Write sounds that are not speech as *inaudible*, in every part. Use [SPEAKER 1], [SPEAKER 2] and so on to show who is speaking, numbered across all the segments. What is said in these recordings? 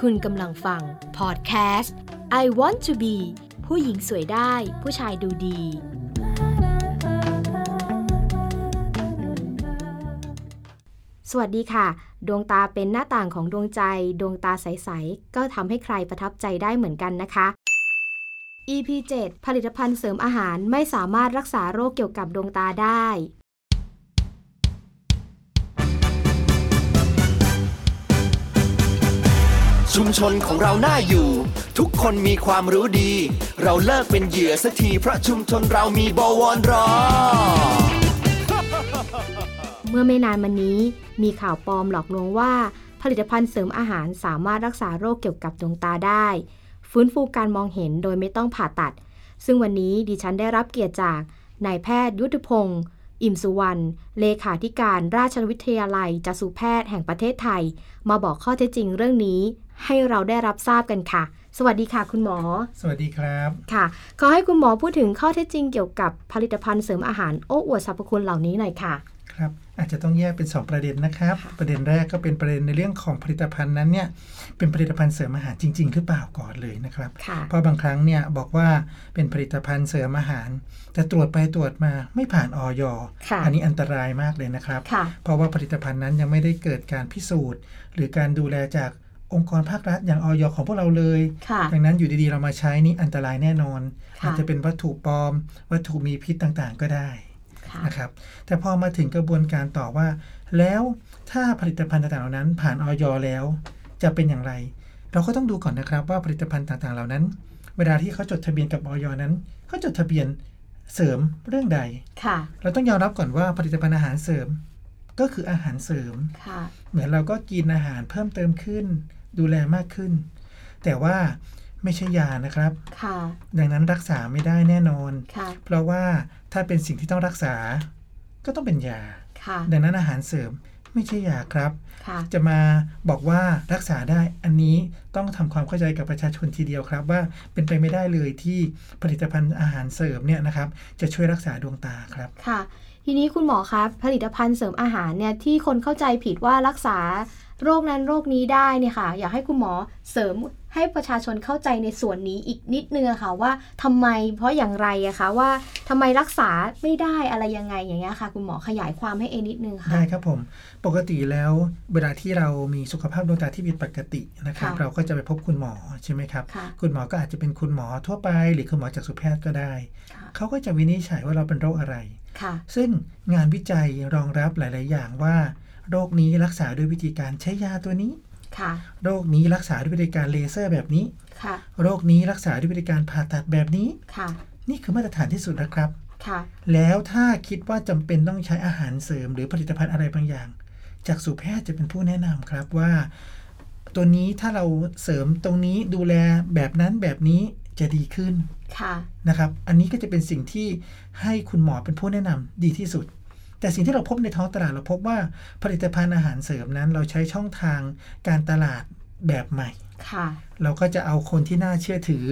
[SPEAKER 1] คุณกำลังฟัง พอดแคสต์ I Want to Be ผู้หญิงสวยได้ ผู้ชายดูดี สวัสดีค่ะ ดวงตาเป็นหน้าต่างของดวงใจ ดวงตาใส ๆ ก็ทำให้ใครประทับใจได้เหมือนกันนะคะ EP 7ผลิตภัณฑ์เสริมอาหารไม่สามารถรักษาโรคเกี่ยวกับดวงตาได้
[SPEAKER 2] ชุมชนของเราน่าอยู่ ทุกคนมีความรู้ดี เราเลิกเป็นเหยื่อสักที เพราะชุมชนเรามีบวรรอ
[SPEAKER 1] เมื่อไม่นานมานี้ มีข่าวปลอมหลอกลวงว่า ผลิตภัณฑ์เสริมอาหารสามารถรักษาโรคเกี่ยวกับดวงตาได้ ฟื้นฟูการมองเห็นโดยไม่ต้องผ่าตัด ซึ่งวันนี้ดิฉันได้รับเกียรติจากนายแพทย์ยุทธพงศ์อิ่มสุวรรณเลขาธิการราชวิทยาลัยจัสุแพทย์แห่งประเทศไทย มาบอกข้อเท็จจริงเรื่องนี้ ให้เราได้รับทราบกันค่ะ สวัสดีค่ะ คุณหมอ
[SPEAKER 3] สวัสดีครับ
[SPEAKER 1] ค่ะ ขอให้คุณหมอพูดถึงข้อเท็จจริงเกี่ยวกับผลิตภัณฑ์เสริมอาหารโอ้อวดสรรพคุณเหล่านี้หน่อยค่ะ
[SPEAKER 3] ครับ อาจจะต้องแยกเป็น 2 ประเด็นนะครับ ประเด็นแรกก็เป็นประเด็นในเรื่องของผลิตภัณฑ์นั้นเนี่ยเป็นผลิตภัณฑ์เสริมอาหารจริง ๆ หรือเปล่าก่อนเลยนะครับ
[SPEAKER 1] ค่ะ
[SPEAKER 3] เพราะบางครั้งเนี่ยบอกว่าเป็นผลิตภัณฑ์เสริมอาหาร แต่ตรวจไปตรวจมาไม่ผ่านออย
[SPEAKER 1] ค่ะ
[SPEAKER 3] อันี้อันตรายมากเลยนะครับ
[SPEAKER 1] ค่ะ
[SPEAKER 3] เพราะว่าผลิตภัณฑ์นั้นยังไม่ได้เกิดการพิสูจน์ หรือการดูแลจากองค์กรภาครัฐอย่างออยของพวกเราเลย
[SPEAKER 1] ค่ะ
[SPEAKER 3] ดังนั้นอยู่ดีๆเรามาใช้นี่อันตรายแน่นอน
[SPEAKER 1] ค่ะ
[SPEAKER 3] อาจจะเป็นวัตถุปลอม วัตถุมีพิษต่างๆ ก็ได้
[SPEAKER 1] ค่ะ
[SPEAKER 3] นะครับแต่พอมาถึงกระบวนการต่อว่า แล้วถ้าผลิตภัณฑ์ต่างๆเหล่านั้น ผ่านออยแล้ว จะเป็นอย่างไร เราก็ต้องดูก่อนนะครับว่าผลิตภัณฑ์ต่างๆเหล่านั้น เวลาที่เขาจดทะเบียนกับออยนั้นเขาจดทะเบียนเสริมเรื่องใด
[SPEAKER 1] ค่ะ
[SPEAKER 3] เราต้องยอมรับก่อนว่าผลิตภัณฑ์อาหารเสริม ก็คืออาหารเสริม
[SPEAKER 1] ค่ะ
[SPEAKER 3] เหมือนเราก็กินอาหารเพิ่มเติมขึ้น ดูแลมากขึ้น แต่ว่าไม่ใช่ยานะครับ
[SPEAKER 1] ค่ะ
[SPEAKER 3] ดังนั้นรักษาไม่ได้แน่นอน
[SPEAKER 1] ค่ะ
[SPEAKER 3] เพราะว่าถ้าเป็นสิ่งที่ต้องรักษาก็ต้องเป็นยา
[SPEAKER 1] ค่ะ
[SPEAKER 3] ดังนั้นอาหารเสริมไม่ใช่ยาครับ
[SPEAKER 1] ค่ะ
[SPEAKER 3] จะมาบอกว่ารักษาได้อันนี้ต้องทำความเข้าใจกับประชาชนทีเดียวครับ ว่าเป็นไปไม่ได้เลยที่ผลิตภัณฑ์อาหารเสริมเนี่ยนะครับ จะช่วยรักษาดวงตาครับ
[SPEAKER 1] ค่ะ ทีนี้คุณหมอคะผลิตภัณฑ์เสริมอาหารเนี่ยที่คนเข้าใจผิดว่ารักษาโรคนั้นโรคนี้ได้เนี่ยค่ะ อยากให้คุณหมอเสริมให้ประชาชนเข้าใจในส่วนนี้อีกนิดนึงอะค่ะว่าทำไมเพราะอย่างไรอะคะว่าทำไมรักษาไม่ได้อะไรยังไงอย่างเงี้ยค่ะ คุณหมอขยายความให้เอนิดนึงค่ะ
[SPEAKER 3] ได้ครับผม ปกติแล้วเวลาที่เรามีสุขภาพดวงตาที่ผิดปกตินะครับ
[SPEAKER 1] ค่ะ
[SPEAKER 3] เราก็จะไปพบคุณหมอใช่ไหมครับ
[SPEAKER 1] ค่ะ
[SPEAKER 3] คุณหมอก็อาจจะเป็นคุณหมอทั่วไป หรือคุณหมอจากสุแพทย์ก็ได้
[SPEAKER 1] ค่ะ
[SPEAKER 3] เขาก็จะวินิจฉัยว่าเราเป็นโรคอะไร
[SPEAKER 1] ค่ะ
[SPEAKER 3] ซึ่งงานวิจัยรองรับหลาย ๆ อย่างว่า โรคนี้รักษาด้วยวิธีการใช้ยาตัวนี้
[SPEAKER 1] ค่ะ
[SPEAKER 3] โรคนี้รักษาด้วยวิธีการเลเซอร์แบบนี้
[SPEAKER 1] ค่ะ
[SPEAKER 3] โรคนี้รักษาด้วยวิธีการผ่าตัดแบบนี้
[SPEAKER 1] ค่ะ
[SPEAKER 3] นี่คือมาตรฐานที่สุดนะครับ
[SPEAKER 1] ค่ะ
[SPEAKER 3] แล้วถ้าคิดว่าจำเป็นต้องใช้อาหารเสริมหรือผลิตภัณฑ์อะไรบางอย่าง จากสูแพทย์จะเป็นผู้แนะนำครับว่า ตัวนี้ถ้าเราเสริมตรงนี้ดูแลแบบนั้นแบบนี้จะดีขึ้น
[SPEAKER 1] ค่ะ
[SPEAKER 3] นะครับ อันนี้ก็จะเป็นสิ่งที่ให้คุณหมอเป็นผู้แนะนำดีที่สุด แต่สิ่งที่เราพบในท้องตลาดเราพบว่าผลิตภัณฑ์อาหารเสริมนั้น เราใช้ช่องทางการตลาดแบบใหม่
[SPEAKER 1] ค่ะ
[SPEAKER 3] เราก็จะเอาคนที่น่าเชื่อถือ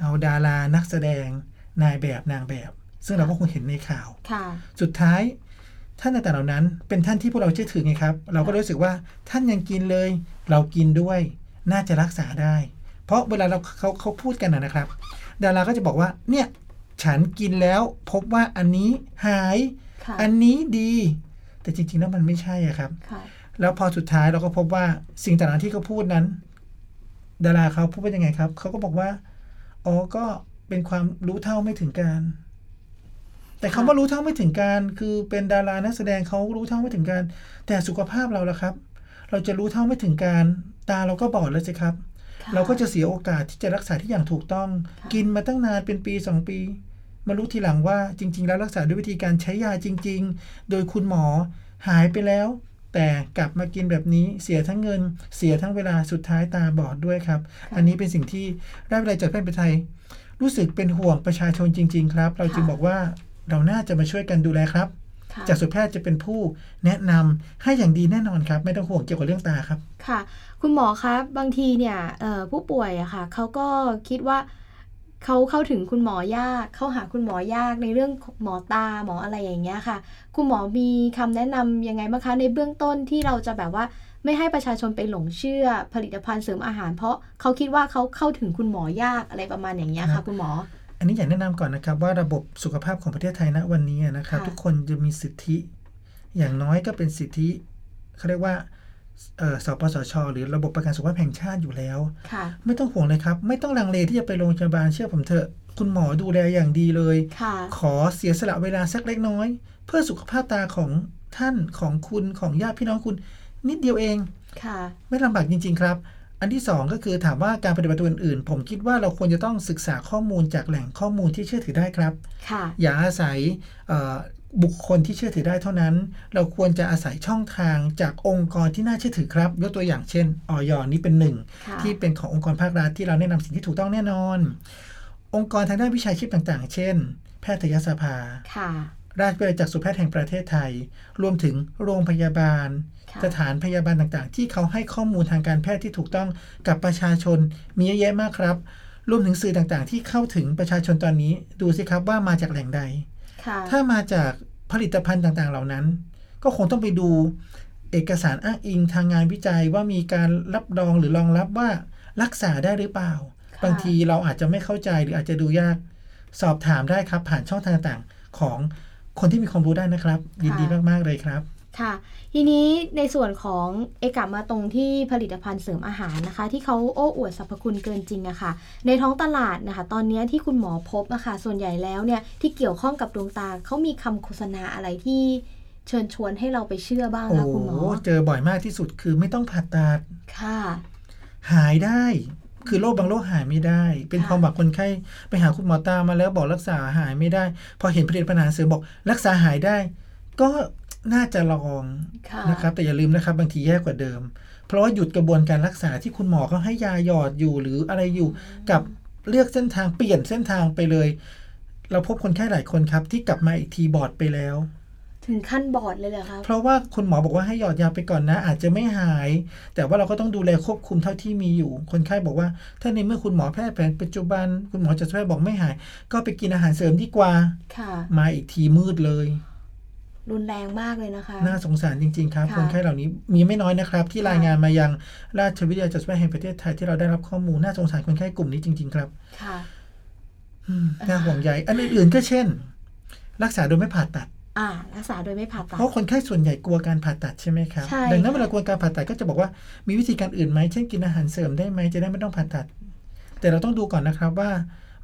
[SPEAKER 3] เอาดารานักแสดงนายแบบนางแบบ ซึ่งเราก็คงเห็นในข่าว
[SPEAKER 1] ค่ะ
[SPEAKER 3] สุดท้ายท่านในแต่เหล่านั้น เป็นท่านที่พวกเราเชื่อถือไงครับ เราก็รู้สึกว่าท่านยังกินเลย เรากินด้วย น่าจะรักษาได้ เพราะเวลาเราเขาเขาพูดกันนะนะครับ ดาราก็จะบอกว่าเนี่ยฉันกินแล้วพบว่าอันนี้หาย
[SPEAKER 1] ค่ะ
[SPEAKER 3] อันนี้ดี แต่จริงๆแล้วมันไม่ใช่อะครับ
[SPEAKER 1] ค่ะ
[SPEAKER 3] แล้วพอสุดท้ายเราก็พบว่าสิ่งต่างๆที่เขาพูดนั้น ดาราเขาพูดว่ายังไงครับ เขาก็บอกว่าอ๋อก็เป็นความรู้เท่าไม่ถึงการ แต่คำว่ารู้เท่าไม่ถึงการ คือเป็นดารานักแสดงเขารู้เท่าไม่ถึงการ แต่สุขภาพเราล่ะครับ เราจะรู้เท่าไม่ถึงการ ตาเราก็บอดแล้วสิครับ
[SPEAKER 1] ค่
[SPEAKER 3] เราก็จะเสียโอกาสที่จะรักษาที่อย่างถูกต้อง กินมาตั้งนานเป็นปี 2 ปี มารู้ทีหลังว่าจริง ๆ แล้วรักษาด้วยวิธีการใช้ยาจริง ๆ โดยคุณหมอหายไปแล้ว แต่กลับมากินแบบนี้เสียทั้งเงิน เสียทั้งเวลาสุดท้ายตาบอดด้วยครับ
[SPEAKER 1] ะ
[SPEAKER 3] อันนี้เป็นสิ่งที่ได้เวลาจัดแพทย์เป็นไทย รู้สึกเป็นห่วงประชาชนจริง ๆ ครับ เราจึงบอกว่าเราน่าจะมาช่วยกันดูแลครับ
[SPEAKER 1] ค่ะ
[SPEAKER 3] จากสุแพทย์จะเป็นผู้แนะนำให้อย่างดีแน่นอนครับ ไม่ต้องห่วงเกี่ยวกับเรื่องตาครับ
[SPEAKER 1] ค่ะ คุณหมอคะบางทีเนี่ยเอ่อผู้ป่วยอะค่ะเขาก็คิดว่า เขาเข้าถึงคุณหมอยาก เข้าหาคุณหมอยากในเรื่องหมอตาหมออะไรอย่างเงี้ยค่ะ คุณหมอมีคำแนะนำยังไงบ้างคะในเบื้องต้นที่เราจะแบบว่าไม่ให้ประชาชนไปหลงเชื่อผลิตภัณฑ์เสริมอาหาร เพราะเขาคิดว่าเขาเข้าถึงคุณหมอยากอะไรประมาณอย่างเงี้ย
[SPEAKER 3] ครั
[SPEAKER 1] ค่ะ
[SPEAKER 3] บ
[SPEAKER 1] คุณหมอ
[SPEAKER 3] อันนี้อยากแนะนำก่อนนะครับว่าระบบสุขภาพของประเทศไทยณวันนี้นะครับ
[SPEAKER 1] ค่ะ
[SPEAKER 3] ทุกคนจะมีสิทธิ อย่างน้อยก็เป็นสิทธิเขาเรียกว่าเอ่อสปสช หรือระบบประกันสุขภาพแห่งชาติอยู่แล้ว
[SPEAKER 1] ค่ะ
[SPEAKER 3] ไม่ต้องห่วงเลยครับ ไม่ต้องลังเลที่จะไปโรงพยาบาลเชื่อผมเถอะ คุณหมอดูแลอย่างดีเลย
[SPEAKER 1] ค่ะ
[SPEAKER 3] ขอเสียสละเวลาสักเล็กน้อย เพื่อสุขภาพตาของท่านของคุณของญาติพี่น้องคุณ นิดเดียวเอง
[SPEAKER 1] ค่ะ
[SPEAKER 3] ไม่ลำบากจริง ๆ ครับ อันที่ 2 ก็คือถามว่าการปฏิบัติตัวอื่นๆ ผมคิดว่าเราควรจะต้องศึกษาข้อมูลจากแหล่งข้อมูลที่เชื่อถือได้ครับ
[SPEAKER 1] ค่ะ
[SPEAKER 3] อย่าอาศัยเอ่อบุคคลที่เชื่อถือได้เท่านั้น เราควรจะอาศัยช่องทางจากองค์กรที่น่าเชื่อถือครับยกตัวอย่างเช่นออยนี่เป็นหนึ่ง
[SPEAKER 1] ค่ะ
[SPEAKER 3] ที่เป็นขององค์กรภาครัฐที่เราแนะนำสิ่งที่ถูกต้องแน่นอน องค์กรทางด้านวิชาชีพต่างๆ เช่น แพทยสภา
[SPEAKER 1] ค่ะ
[SPEAKER 3] ราชวิทยาลัยจักษุแพทย์แห่งประเทศไทย รวมถึงโรงพยาบาล
[SPEAKER 1] ค่ะ
[SPEAKER 3] สถานพยาบาลต่างๆ ที่เขาให้ข้อมูลทางการแพทย์ที่ถูกต้องกับประชาชนมีเยอะแยะมากครับ รวมถึงสื่อต่างๆ ที่เข้าถึงประชาชนตอนนี้ ดูสิครับว่ามาจากแหล่งใด
[SPEAKER 1] ค่ะ
[SPEAKER 3] ถ้ามาจากผลิตภัณฑ์ต่างๆ เหล่านั้น ก็คงต้องไปดูเอกสารอ้างอิงทางงานวิจัยว่ามีการรับรองหรือรองรับว่ารักษาได้หรือเปล่า
[SPEAKER 1] ะ
[SPEAKER 3] บางทีเราอาจจะไม่เข้าใจหรืออาจจะดูยาก สอบถามได้ครับ ผ่านช่องทางต่างๆ ของคนที่มีความรู้ด้านนะครับ ยินดีมากๆเลยครับ
[SPEAKER 1] ค่ะ ทีนี้ในส่วนของเอกลับมาตรงที่ผลิตภัณฑ์เสริมอาหารนะคะ ที่เขาโอ้อวดสรรพคุณเกินจริงอะค่ะ ในท้องตลาดนะคะ ตอนเนี้ยที่คุณหมอพบอะค่ะส่วนใหญ่แล้วเนี่ยที่เกี่ยวข้องกับดวงตาเขามีคำโฆษณาอะไรที่เชิญชวนให้เราไปเชื่อบ้าง
[SPEAKER 3] โอ้
[SPEAKER 1] คะ
[SPEAKER 3] โห
[SPEAKER 1] คุณหมอ
[SPEAKER 3] เจอบ่อยมากที่สุดคือไม่ต้องผ่าตัด
[SPEAKER 1] ค่ะ
[SPEAKER 3] หายได้ คือโรคบางโรคหายไม่ได้ เป็น
[SPEAKER 1] ค่ะ
[SPEAKER 3] ความหวังคนไข้ไปหาคุณหมอตามาแล้วบอกรักษาหายไม่ได้ พอเห็นผลิตภัณฑ์อาหารเสริมบอกรักษาหายได้ ก็น่าจะลอง
[SPEAKER 1] ค่ะ
[SPEAKER 3] นะครับ แต่อย่าลืมนะครับ บางทีแย่กว่าเดิม เพราะว่าหยุดกระบวนการรักษาที่คุณหมอเขาให้ยาหยอดอยู่หรืออะไรอยู่ กับเลือกเส้นทางเปลี่ยนเส้นทางไปเลย เราพบคนไข้หลายคนครับ ที่กลับมาอีกทีบอดไปแล้ว
[SPEAKER 1] ถึงขั้นบอดเลยเหรอคะ
[SPEAKER 3] เพราะว่าคุณหมอบอกว่าให้หยอดยาไปก่อนนะ อาจจะไม่หาย แต่ว่าเราก็ต้องดูแลควบคุมเท่าที่มีอยู่ คนไข้บอกว่าถ้าในเมื่อคุณหมอแพทย์แผนปัจจุบัน คุณหมอจักษุแพทย์บอกไม่หาย ก็ไปกินอาหารเสริมดีกว่า
[SPEAKER 1] ค่ะ
[SPEAKER 3] มาอีกทีมืดเลย
[SPEAKER 1] รุนแรงมากเลยนะคะ
[SPEAKER 3] น่าสงสารจริง ๆ ครับ
[SPEAKER 1] ค่ะ
[SPEAKER 3] คนไข้เหล่านี้มีไม่น้อยนะครับ ที่
[SPEAKER 1] ค่ะ
[SPEAKER 3] รายงานมายังราชวิทยาลัยจักษุแพทย์แห่งประเทศไทยที่เราได้รับข้อมูลน่าสงสารคนไข้กลุ่มนี้จริง ๆ ครับ
[SPEAKER 1] ค่ะ
[SPEAKER 3] อืมน่าห่วงใยอันอื่นๆก็เช่น รักษาโดยไม่ผ่าตัด
[SPEAKER 1] อ่ารักษาโดยไม่ผ่าตัด
[SPEAKER 3] เพราะคนไข้ส่วนใหญ่กลัวการผ่าตัดใช่ไหมครับ
[SPEAKER 1] ใช่
[SPEAKER 3] ดังนั้น
[SPEAKER 1] ค่ะ
[SPEAKER 3] เวลากลัวการผ่าตัดก็จะบอกว่ามีวิธีการอื่นไหม เช่นกินอาหารเสริมได้ไหมจะได้ไม่ต้องผ่าตัด แต่เราต้องดูก่อนนะครับว่า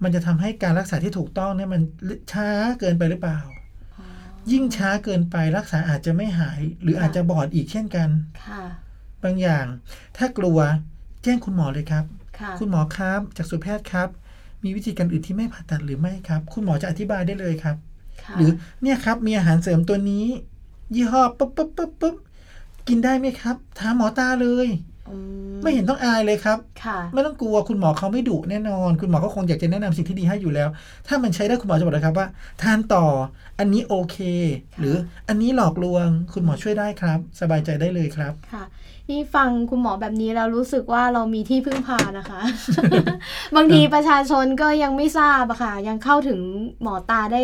[SPEAKER 3] มันจะทำให้การรักษาที่ถูกต้องเนี่ยมันช้าเกินไปหรือเปล่า
[SPEAKER 1] อ๋อ
[SPEAKER 3] ยิ่งช้าเกินไปรักษาอาจจะไม่หาย หรืออาจจะบอดอีกเช่นกัน
[SPEAKER 1] ค่ะ
[SPEAKER 3] บางอย่าง ถ้ากลัวแจ้งคุณหมอเลยครับ
[SPEAKER 1] ค่ะ
[SPEAKER 3] คุณหมอครับจากสุแพทย์ครับ มีวิธีการอื่นที่ไม่ผ่าตัดหรือไม่ครับ คุณหมอจะอธิบายได้เลยครับ
[SPEAKER 1] ค่ะ
[SPEAKER 3] หรือเนี่ยครับมีอาหารเสริมตัวนี้ ยี่ห้อปุ๊บปุ๊บปุ๊บปุ๊บกินได้ไหมครับถามหมอตาเลย
[SPEAKER 1] ม
[SPEAKER 3] ไม่เห็นต้องอายเลยครับ
[SPEAKER 1] ค่ะ
[SPEAKER 3] ไม่ต้องกลัวคุณหมอเขาไม่ดุแน่นอน คุณหมอก็คงอยากจะแนะนำสิ่งที่ดีให้อยู่แล้ว ถ้ามันใช้ได้คุณหมอจะบอกเลยครับว่า ทานต่ออันนี้โอเค
[SPEAKER 1] ค่ะ
[SPEAKER 3] หรืออันนี้หลอกลวง คุณหมอช่วยได้ครับ สบายใจได้เลยครับ
[SPEAKER 1] ค่ะนี่ฟังคุณหมอแบบนี้แล้วรู้สึกว่าเรามีที่พึ่งพานะคะ *laughs* บางทีประชาชนก็ยังไม่ทราบอะค่ะ ยังเข้าถึงหมอตาได้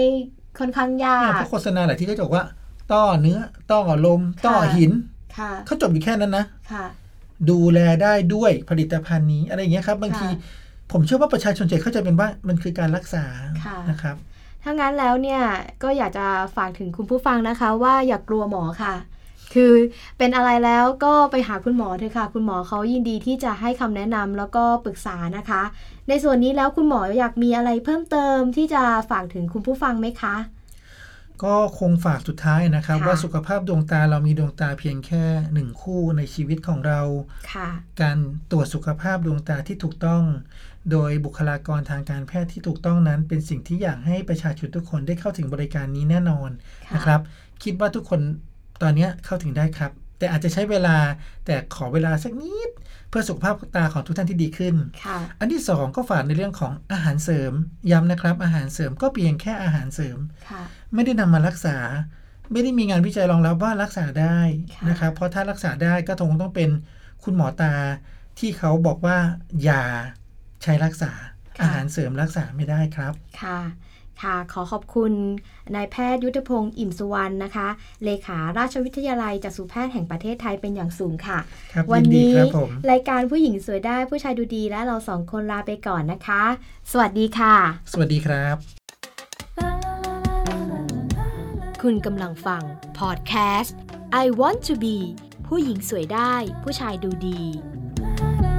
[SPEAKER 1] ค่อนข้างยา
[SPEAKER 3] เนี่ย
[SPEAKER 1] ก
[SPEAKER 3] พวกโฆษณาหลายที่ก็จะบอกว่า ต้อเนื้อ ต้อลม ต้อหิน
[SPEAKER 1] ค่ะ
[SPEAKER 3] เขาจบอยู่แค่นั้นนะ
[SPEAKER 1] ค่ะ
[SPEAKER 3] ดูแลได้ด้วยผลิตภัณฑ์นี้อะไรอย่างเงี้ยครับ บางที
[SPEAKER 1] ค่ะ
[SPEAKER 3] ผมเชื่อว่าประชาชนเฉยเข้าใจเป็นว่ามันคือการรักษา
[SPEAKER 1] ค่ะ
[SPEAKER 3] นะครับ
[SPEAKER 1] ถ้างั้นแล้วเนี่ยก็อยากจะฝากถึงคุณผู้ฟังนะคะ ว่าอย่ากกลัวหมอค่ะ คือเป็นอะไรแล้วก็ไปหาคุณหมอเถอะค่ะ คุณหมอเขายินดีที่จะให้คำแนะนำแล้วก็ปรึกษานะคะ ในส่วนนี้แล้วคุณหมออยากมีอะไรเพิ่มเติมที่จะฝากถึงคุณผู้ฟังไหมคะ
[SPEAKER 3] ก็คงฝากสุดท้ายนะครับ
[SPEAKER 1] ค่ะ
[SPEAKER 3] ว่าสุขภาพดวงตาเรามีดวงตาเพียงแค่หนึ่งคู่ในชีวิตของเรา
[SPEAKER 1] ค่ะ
[SPEAKER 3] การตรวจสุขภาพดวงตาที่ถูกต้อง โดยบุคลากรทางการแพทย์ที่ถูกต้องนั้น เป็นสิ่งที่อยากให้ประชาชนทุกคนได้เข้าถึงบริการนี้แน่นอน
[SPEAKER 1] ค่ะ
[SPEAKER 3] นะครับ คิดว่าทุกคนตอนเนี้ยเข้าถึงได้ครับ แต่อาจจะใช้เวลาแต่ขอเวลาสักนิด เพื่อสุขภาพตาของทุกท่านที่ดีขึ้น
[SPEAKER 1] ค่ะ
[SPEAKER 3] อันที่สองก็ฝากในเรื่องของอาหารเสริม ย้ำนะครับ อาหารเสริมก็เพียงแค่อาหารเสริม
[SPEAKER 1] ค่ะ
[SPEAKER 3] ไม่ได้นำมารักษา ไม่ได้มีงานวิจัยรองรับว่ารักษาได้
[SPEAKER 1] ค่ะ
[SPEAKER 3] นะครับ เพราะถ้ารักษาได้ก็คงต้องเป็นคุณหมอตาที่เขาบอกว่า อย่าใช้รักษา
[SPEAKER 1] ค่ะ
[SPEAKER 3] อาหารเสริมรักษาไม่ได้ครับ
[SPEAKER 1] ค่ะ ค่ะ ขอขอบคุณนายแพทย์ยุทธพงศ์อิ่มสุวรรณนะคะ เลขาราชวิทยาลัยจักษุแพทย์แห่งประเทศไทยเป็นอย่างสูงค่ะ
[SPEAKER 3] ครับ
[SPEAKER 1] วั
[SPEAKER 3] ยินดี
[SPEAKER 1] นี้
[SPEAKER 3] ครับผม
[SPEAKER 1] รายการผู้หญิงสวยได้ผู้ชายดูดีและเราสองคนลาไปก่อนนะคะ สวัสดีค่ะ
[SPEAKER 3] สวัสดีครับ
[SPEAKER 1] คุณกำลังฟังพอดแคสต์ I want to be ผู้หญิงสวยได้ผู้ชายดูดี
[SPEAKER 4] la